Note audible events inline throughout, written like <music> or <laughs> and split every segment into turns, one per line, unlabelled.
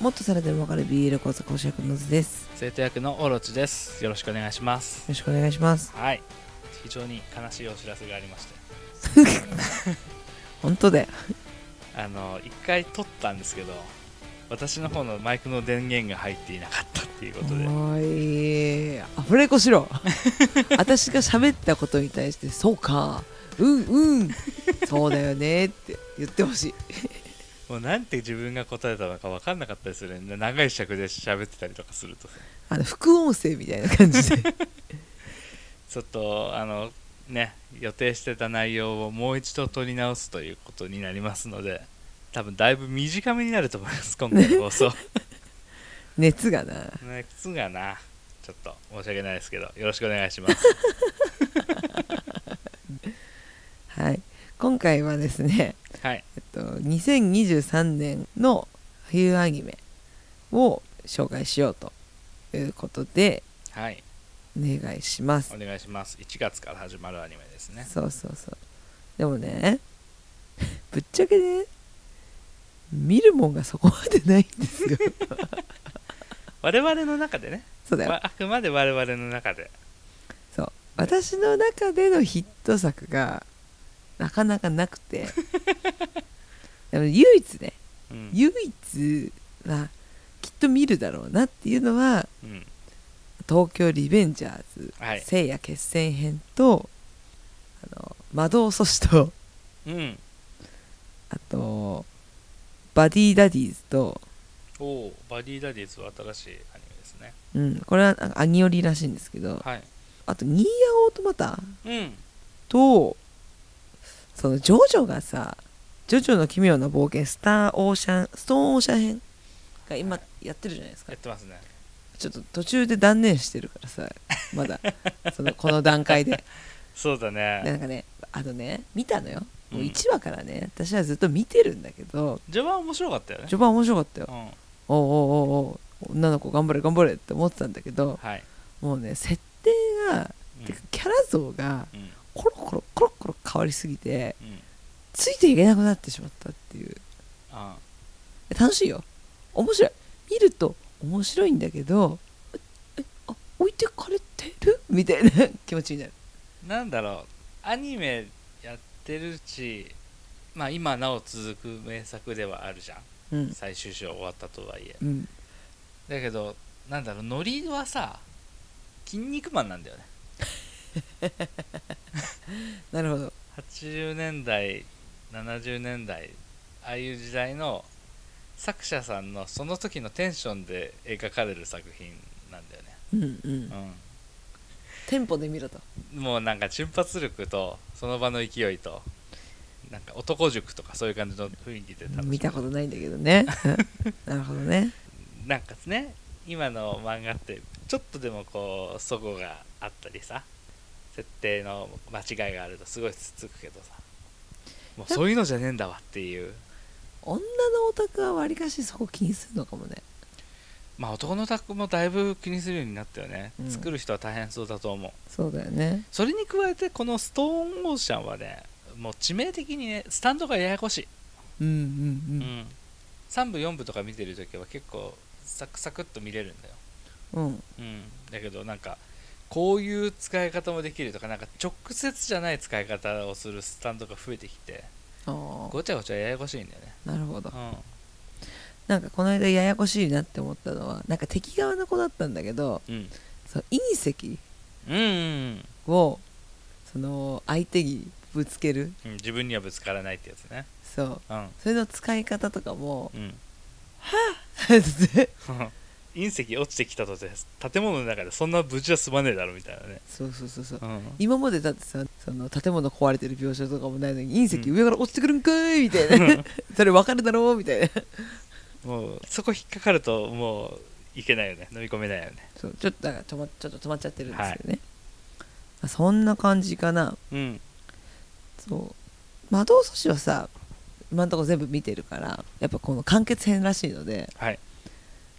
もっとされてもわかる BL 講座講師役の図ですよ
生徒役のオロチですよろしくお願いします
ろしくお願いします
はい非常に悲しいお知らせがありまして
本当で
あの一回撮ったんですけど私の方のマイクの電源が入っていなかったっていうことで
おいアフレコしろ私が喋ったことに対してそうかうんうんそうだよねって言ってほしい
もうなんて自分が答えたのか分かんなかったですよね長い尺で喋ってたりとかすると
あの副音声みたいな感じで
ちょっとあのね予定してた内容をもう一度撮り直すということになりますので多分だいぶ短めになると思います今回の放送
熱がな
ね <laughs> 靴がなちょっと申し訳ないですけどよろしくお願いします
はい今回はですね、
はい
えっと、2023年の冬アニメを紹介しようということで
はい
お願いします
お願いします1月から始まるアニメですね
そうそうそうでもね <laughs> ぶっちゃけね見るもんがそこまで
<laughs>
ないんですよ
我々の中でね
そうだよ
わあくまで我々の中で
そう私の中でのヒット作がなかなかなく
<laughs>
てでも唯一ね
うん
唯一はきっと見るだろうなっていうのは
うん
「東京リベンジャーズ
はい
聖夜決戦編と」あの魔導阻止と
うん
あとバディダディーズと
おおバディダディズは新しいアニメですね
うん、これはなんかアニオリらしいんですけど
はい
あとニーヤオートマタ
うん
とそのジョジョがさ「ジョジョの奇妙な冒険スター・オーシャンストーン・オーシャン編」が今やってるじゃないですか
やってますね
ちょっと途中で断念してるからさま
<laughs>
だそのこの段階で
そうだね
でなんかねあのね見たのよもう
うん
1話からね私はずっと見てるんだけど
序盤面白かったよね
序盤面白かったよ
うん
おうおうおうおう女の子頑張れ頑張れって思ってたんだけど
はい
もうね設定が
うん
てかキャラ像が
うん
コロコロコロコロ変わりすぎて
うん
ついていけなくなってしまったっていう
あ
楽しいよ面白い見ると面白いんだけどええあ置いてかれてるみたいな <laughs> 気持ちになる
なんだろうアニメやってるしまあ今なお続く名作ではあるじゃん
うん
最終章終わったとはいえ
うん
だけどなんだろうノリはさ「筋肉マン」なんだよね
なるほど
80年代70年代ああいう時代の作者さんのその時のテンションで描かれる作品なんだよね、
うんうん
う
テンポで見ろと
ん、もうなんか瞬発力とその場の勢いとなんか男塾とかそういう感じの雰囲気で楽しめ
見たことないんだけどねうんなるほどね
なんかね今の漫画ってちょっとでもこうそごがあったりさ設定の間違いがあるとすごいつつくけどさもうそういうのじゃねえんだわっていう
女のオタクはわりかしそこ気にするのかもね
まあ男のタクもだいぶ気にするようになったよね、
うん
作る人は大変そうだと思う
そうだよね
それに加えてこのストーンオーシャンはねもう致命的にねスタンドがややこしい、
うんう
うんん、3部4部とか見てる時は結構サクサクっと見れるんだよ
うんうん
うん、だけどなんかこういう使い方もできるとかなんか直接じゃない使い方をするスタンドが増えてきて
あー
ごちゃごちゃややこしいんだよね、
なるほど
うん、
なんかこの間ややこしいなって思ったのはなんか敵側の子だったんだけど
うん
その隕石
うんうん
をその相手にぶつける
うん自分にはぶつからないってやつね
そう
うん
それの使い方とかも <laughs>
うん <laughs>
そ
隕石落ちてきたとて建物の中でそんな無事は済まねえだろみたいなね、
うそうそうそう
うん、
今までだってさその建物壊れてる描写とかもないのに隕石上から落ちてくるんかいみたいな、それ分かるだろうみたいな
もうそこ引っかかるともういけないよね飲み込めないよね
そうちょっとだから止まちょっと止まっちゃってるんですけどね、まあそんな感じかな
うん
そう魔導阻止はさ今のところ全部見てるからやっぱこの完結編らしいので
はい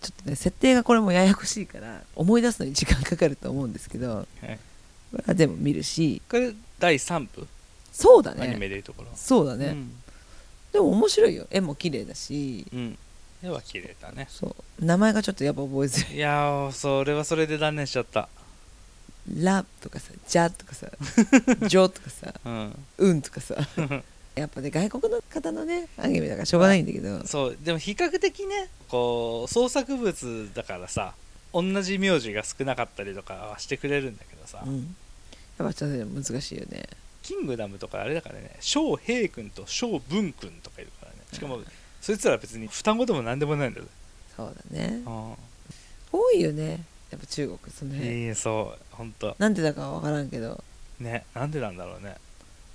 ちょっとね設定がこれもややこしいから思い出すのに時間かかると思うんですけど
はい
これは全部見るし
これ第3部、
そうだ
アニメ
ね
でいうところ
そうだね、でも面白いよ絵も綺麗だし
うん、うん絵は綺麗だね
そう名前がちょっとやっぱ覚えづらい
いやーそれはそれで断念しちゃった
「ラ」とかさ「じゃ」とか
<laughs>
さ「じょ」とかさ
う
「
ん
うん」とか
<laughs>
さやっぱね外国の方のねアニメだからしょうがないんだけど
そうでも比較的ねこう創作物だからさ同じ名字が少なかったりとかはしてくれるんだけどさ、
うんやっぱちょっと難しいよね
キングダムとかあれだからね翔平君と翔文君とかいるからねしかもそいつら別に双子でも何でもないんだよ、
そうだね
うん
多いよねやっぱ中国その辺、
いいそう本当
なんでだかわからんけど
ねなんでなんだろうね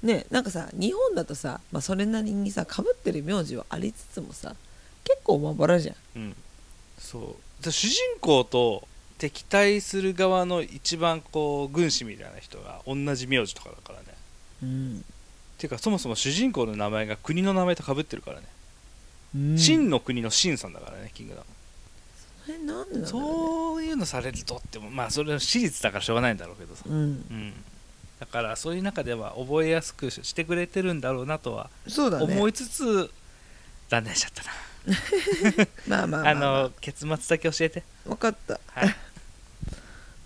ねなんかさ日本だとさ、まあ、それなりにさかぶってる名字はありつつもさ結構まばらじゃん
うんそうで主人公と敵対する側の一番こう軍師みたいな人が同じ名字とかだからね
うん、
ていうかそもそも主人公の名前が国の名前と被ってるからね
うん、
真の国の真さんだからねキングダム、
えなんでなんだろ
そういうのされるとってもまあそれは私立だからしょうがないんだろうけどさ
う、ねうん、
うん、だからそういう中では覚えやすくしてくれてるんだろうなとは
そうだね
思いつつ断念しちゃったな
まあまあま
あ
あ、まあ、
の結末だけ教えて
分かった
はい、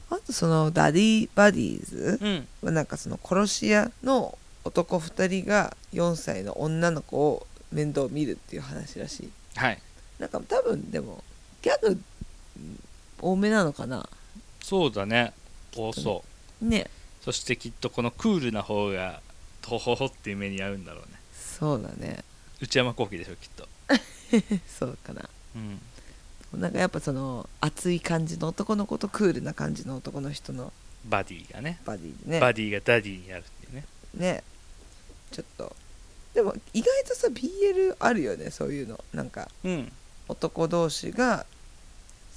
あとそのダディ・バディーズ
うん、
はなんかその殺し屋の男2人が4歳の女の子を面倒見るっていう話らしい
はい
なんか多分でもギャグ多めなのかな
そうだね多そう
ね
そしてきっとこのクールな方がとほほっていう目に合うんだろうね
そうだね
内山聖輝でしょきっと
そうかな
うん
なんかやっぱその熱い感じの男の子とクールな感じの男の人の
バディがね
バディでね
バディがダディになるっていうね
ねちょっとでも意外とさ BL あるよねそういうのなんか
うん
男同士が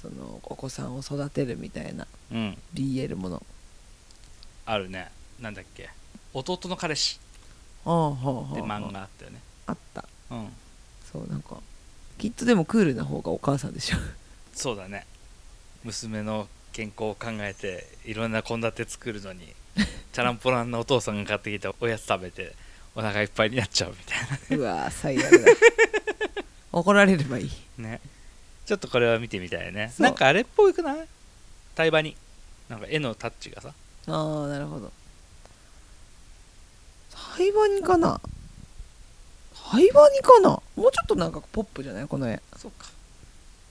そのお子さんを育てるみたいな
うん
BL もの
あるねなんだっけ弟の彼氏って漫画あったよね
あった
うん
そうなんかきっとでもクールな方がお母さんで
<laughs>
しょ
そうだね娘の健康を考えていろんな献立作る
<laughs>
のにチャランポランなお父さんが買ってきたおやつ食べてお腹いっぱいになっちゃうみたいう
わー最悪だ怒られればいい
なねちょっとこれは見てみたいね
そう
なんかあれっぽいくない対話になんか絵のタッチがさ
ああなるほど廃盤にかな廃盤にかなもうちょっとなんかポップじゃないこの絵
そうか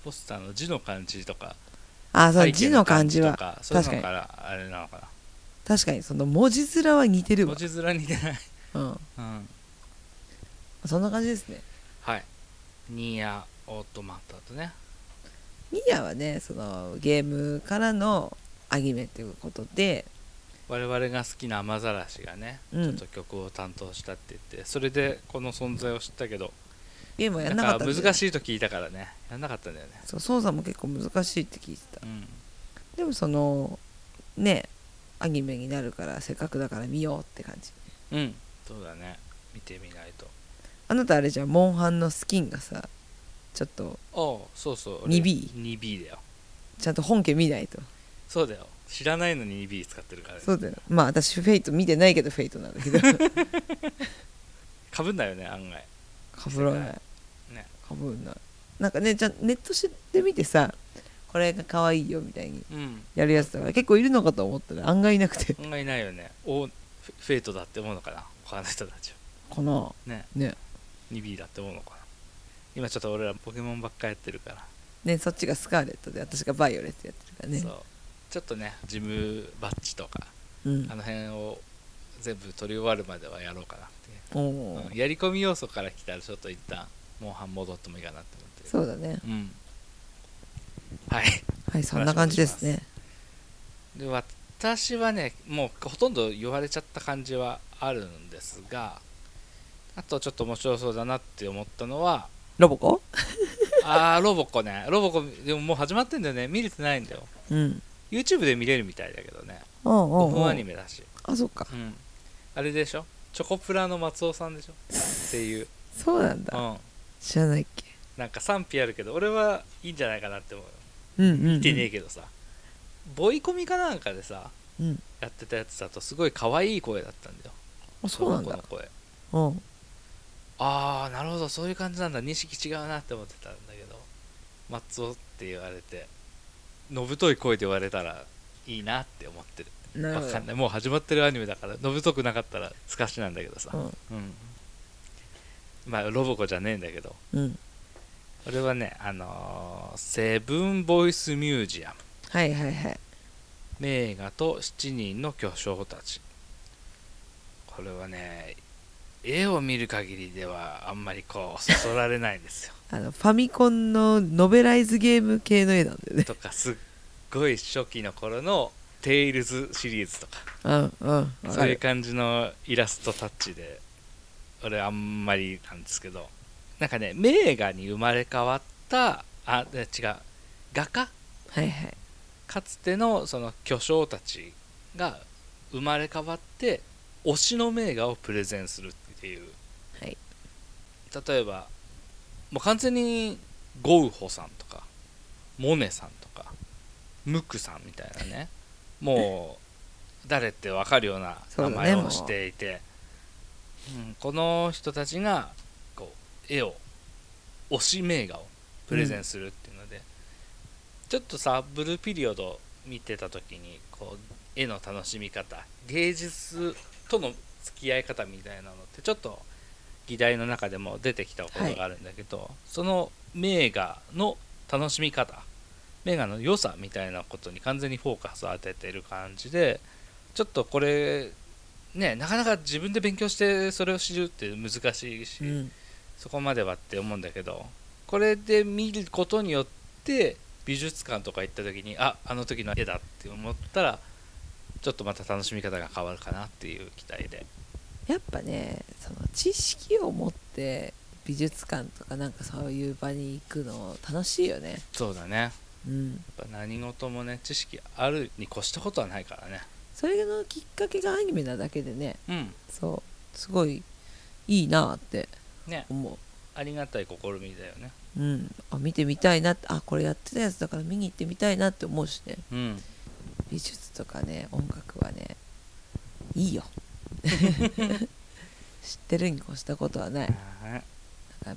ポスターの字の感じとか
ああそ
背
う
景
字の感じは
とかそういうのからあれなのかな
確かにその文字面は似てるわ
文、字面に出ない、
うん、
うん、
そんな感じですね
はいニアオートマタとね
ミヤはねそのゲームからのアニメということで、
我々が好きな雨ざらしがね、
うん
ちょっと曲を担当したって言ってそれでこの存在を知ったけど
ゲームはや
なんん
なか
か
ったんだよ
難しいと聞いたからねやんなかったんだよね
そう操作も結構難しいって聞いてた
うん
でもそのねアニメになるからせっかくだから見ようって感じ
うんそうだね見てみないと
あなたあれじゃんモンハンのスキンがさちょっと
ああそうそう
2B
2B だよ
ちゃんと本家見ないと
そうだよ知らないのに 2B 使ってるから
そうだよまあ私フェイト見てないけどフェイトなん
<laughs>
だけど
かぶんないよね案外
かぶらない
ね
かぶんないなんかねじゃあネット知ってみてさこれが可愛いよみたいに
うん
やるやつだから結構いるのかと思ったら案外いなくて
案外いないよねおフェフェイトだって思うのかな他の人たちは
かな
ね
ね
2B だって思うのかな今ちょっと俺らポケモンばっかやってるから
ねそっちがスカーレットで私がバイオレットやってるからね
そうちょっとねジムバッジとか、
うん
あの辺を全部取り終わるまではやろうかなって
お
いう
ー
うん、やり込み要素から来たらちょっと一旦モンハン戻ってもいいかなって思ってる
そうだね
うんはい
はいそんな感じですね
で私はねもうほとんど言われちゃった感じはあるんですがあとちょっと面白そうだなって思ったのは
ロボコ
あーロボコねロボコでももう始まってんだよね見れてないんだよ
うん
YouTube で見れるみたいだけどね
おうお
5
うお
分
う
アニメだし
あそっか
うん、あれでしょチョコプラの松尾さんでしょっていう、
そうなん <laughs>
う
だ
ん、
知らないっけ
なんか賛否あるけど俺はいいんじゃないかなって思うよ
うんうんうん
見てねえけどさ、ボイコミかなんかでさ
うん
やってたやつだとすごい可愛い声だったんだよ
あそうなん
ロ
だ
ボコの声
うん
ああなるほどそういう感じなんだ錦違うなって思ってたんだけど松尾って言われてのぶとい声で言われたらいいなって思ってる
なる
わ
ほ
かんないもう始まってるアニメだからのぶとくなかったらすかしなんだけどさ、
ど
うん、まあロボコじゃねえんだけど
うん、うん、
俺はねあのーセブンボイスミュージアム
はいはいはい
名画と7人の巨匠たちこれはね絵を見る限りではあんまりこうそそられないんですよ
あのファミコンのノベライズゲーム系の絵なんだよね
とかすっごい初期の頃の「テイルズ」シリーズとか
<laughs> うんうんわ
そ
か
ういう
る
感じのイラストタッチで俺あんまりなんですけどなんかね名画に生まれ変わったあ違う画家
はいはい
かつてのその巨匠たちが生まれ変わって推しの名画をプレゼンするっていう
はい
例えばもう完全にゴウホさんとかモネさんとかムクさんみたいなねもう誰って分かるような
そう
名
だね
前
も
を
う
していてう、ん、この人たちがこう絵を推し名画をプレゼンするっていうので、ちょっとさブルーピリオド見てた時にこう絵の楽しみ方芸術との付き合い方みたいなのってちょっと議題の中でも出てきたことがあるんだけど、その名画の楽しみ方名画の良さみたいなことに完全にフォーカスを当ててる感じでちょっとこれねなかなか自分で勉強してそれを知るって難しいし、
うん
そこまではって思うんだけどこれで見ることによって美術館とか行った時にああの時の絵だって思ったらちょっとまた楽しみ方が変わるかなっていう期待で
やっぱねその知識を持って美術館とかなんかそういう場に行くの楽しいよね
そうだねやっ
うん
ぱ何事もね知識あるに越したことはないからね
それのきっかけがアニメなだけでね
うん
そうすごいいいなって
ね
思
ありがたい試みだよね
ううんあ見てみたいなってあこれやってたやつだから見に行ってみたいなって思うしね
うん
美術とかね音楽はねいいよ <laughs> 知ってるに越したことはない
はい
なんか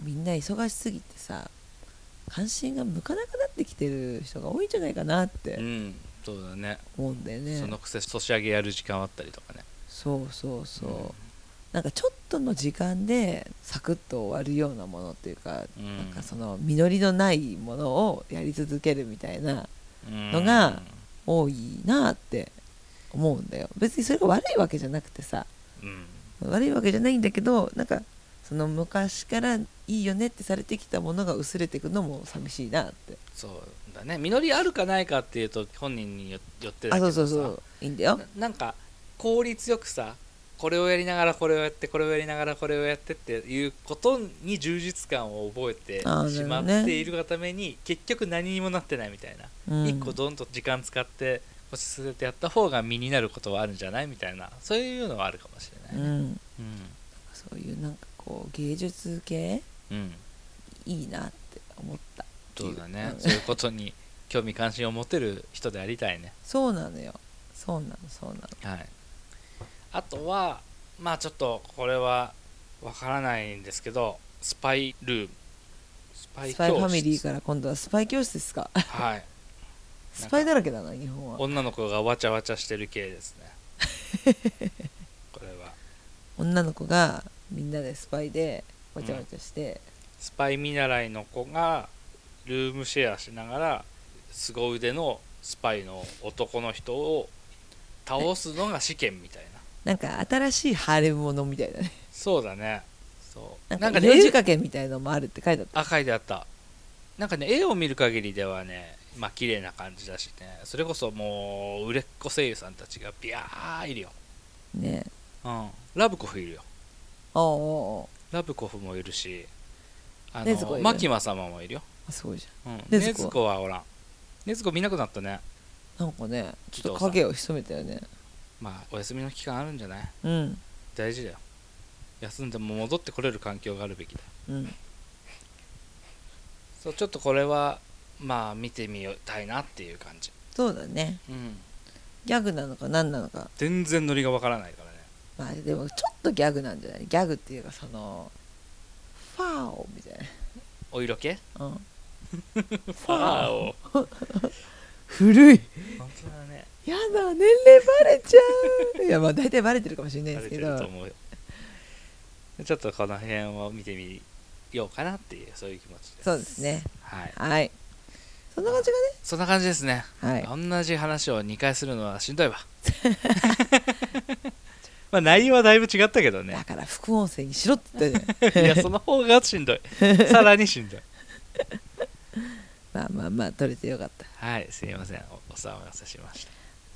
みんな忙しすぎてさ関心が向かなくなってきてる人が多いんじゃないかなっ
う
て
んそうだね
思うんだよね
そのくせ年上げやる時間あったりとかね
そうそうそう、
うん
なんかちょっとの時間でサクッと終わるようなものっていうか、
うん
なんかその実りのないものをやり続けるみたいな
の
のが多いなって思うんだよ別にそれが悪いわけじゃなくてさ
うん
悪いわけじゃないんだけどなんかその昔からいいよねってされてきたものが薄れていくのも寂しいなって
そうだね実りあるかないかっていうと本人によよってだ
あそ
けど
う
さ
そうそういいんだよ
ななんか効率よくさこれをやりながらこれをやってこれをやりながらこれをやってっていうことに充実感を覚えて
あー
し
なる
ま
ほど
って
ね
いるがために、結局何にもなってないみたいな、
うん
一個どんと時間使って落ち着いてやった方が身になることはあるんじゃないみたいなそういうのはあるかもしれ
う
ないね。
ん
うん
そういうなんかこう芸術系
うん
いいなって思ったってい
そうだね
ん
そういうことに興味関心を持てる人でありたいね。
そうなのよそうなのそうなの
はい、あとはまあちょっとこれはわからないんですけどスパイルームスパ
スパイファミリー
室
から今度はスパイ教室ですか <laughs>
はい
スパイだらけだな日本は
女の子がわちゃわちゃしてる系です
<laughs>
ねこれは
女の子がみんなでスパイでわちゃわちゃして、
スパイ見習いの子がルームシェアしながら凄腕のスパイの男の人を倒すのが試験みたい
な
な
んか新しいハーレムものみたいだね
そうだねそう
なんか
ね
レジ掛けみたいのもあるって書いてあった
あ書いてあったなんかね絵を見る限りではねまあ綺麗な感じだしねそれこそもう売れっ子声優さんたちがビャーいるよ、
ね
うん、ラブコフいるよ
あああ
ラブコフもいるしあ
禰豆子い
の
る
マキマ様もいるよ、
あすごいじ
うん、
禰豆子
ねずこはおらんねずこ見なくなったね
ゃんなんかねちょっと影を潜めたよね
まあお休みの期間あるんじゃない
うん
大事だよ休んでも戻ってこれる環境があるべきだ
うん
そうちょっとこれはまあ見てみたいなっていう感じ、
そうだね
うん、
ギャグなのか何なのか
全然ノリがわからないからね
まあでもちょっとギャグなんじゃないギャグっていうかそのファーオみたい
お色気
な、うん、
ファーを
古い
本当だね
やだ年齢バレちゃういやまあ大体バレてるかもしれない
食
です
べ
け
て
ど
ると思うよちょっとこの辺を見てみようかなっていうそういう気持ちです
そうですね
はい
はいそんな感じ
そんな感じですね、
がねはい
同じ話を2回するのはしんどい <laughs> わまあ内容はだいぶ違ったけどね <laughs>
だから副音声にしろって言った <laughs> じゃん
いやその方がしんどいさらにしんどい
まあまあまあ取れてよかった
はいすいませんおお騒がせしました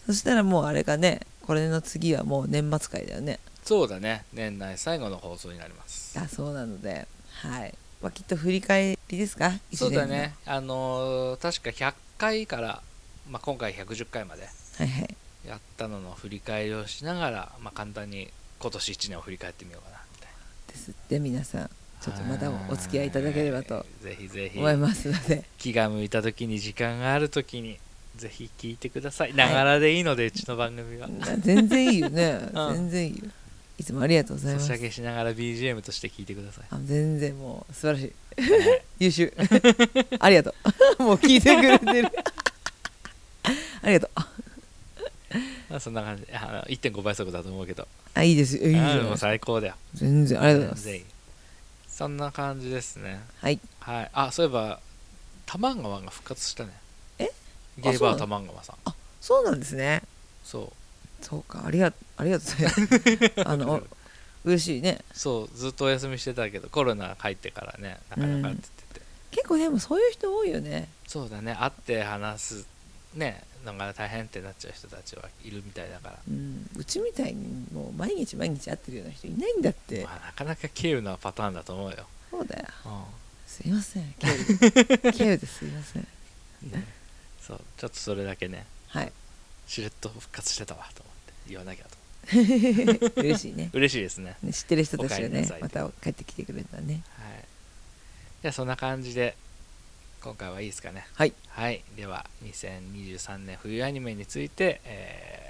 そしたらもうあれかねこれの次はもう年末回だよね
そうだね年内最後の放送になります
だそうなのではい、まあ、きっと振り返りですか
そうだね
一
あのー確か100回から、まあ、今回110回まで
年のはいはい
やったのの振り返りをしながら、まあ、簡単に今年1年を振り返ってみようかなみたいな
ですって皆さんちょっとまたお付き合いいただければ
は
と
いぜひぜひ
思いますので
気が向いた時に時間がある時にぜひ聞いてくださいながらでいいので、うちの番組は
全然いいよね、
うん
全然いいよいつもありがとうござい
差
ま
し
す
上げしながら BGM として聞いてください
あ全然もう素晴らしい <laughs>
はい
優秀ありがとう <laughs> もう聞いてくれてる <laughs> ありがとう
まあそんな感じあの1.5倍速だと思うけど
あいいですいいです
あもう最高だよ
全然ありがとうござ
全
い
員
ます
そんな感じですね
はい
はいあそういえばタマンガワンが復活したね
え
ゲイ
そうな
バー
の
タマンガワンさん
そうなんですね
そう
そうかありが <laughs> あ
<laughs>
りがとうございますあの嬉しいね
そうずっとお休みしてたけどコロナ入ってからねなかなかって言ってて、
結構でもそういう人多いよね
そうだね会って話すねなんか大変ってなっちゃう人たちはいるみたいだから、
うん、うちみたいにもう毎日毎日会ってるような人いないんだって
まあ、なかなか稀有なパターンだと思うよ、
そうだよ
う
すいませんケウ
<laughs>
ケウですいません
んそうちょっとそれだけね
はい
しれっと復活してたわと思って言わなきゃと思
嬉しいね
<laughs> って嬉しいですね
ね知ってる人たちが
お帰りな
ね
さい
また帰ってきてくれたね
はいじゃあそんな感じで今回はいいですかね
はい
はいでは2023年冬アニメについて、えー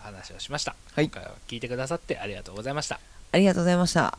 話をしました、
はい
今回は聞いてくださってありがとうございました
ありがとうございました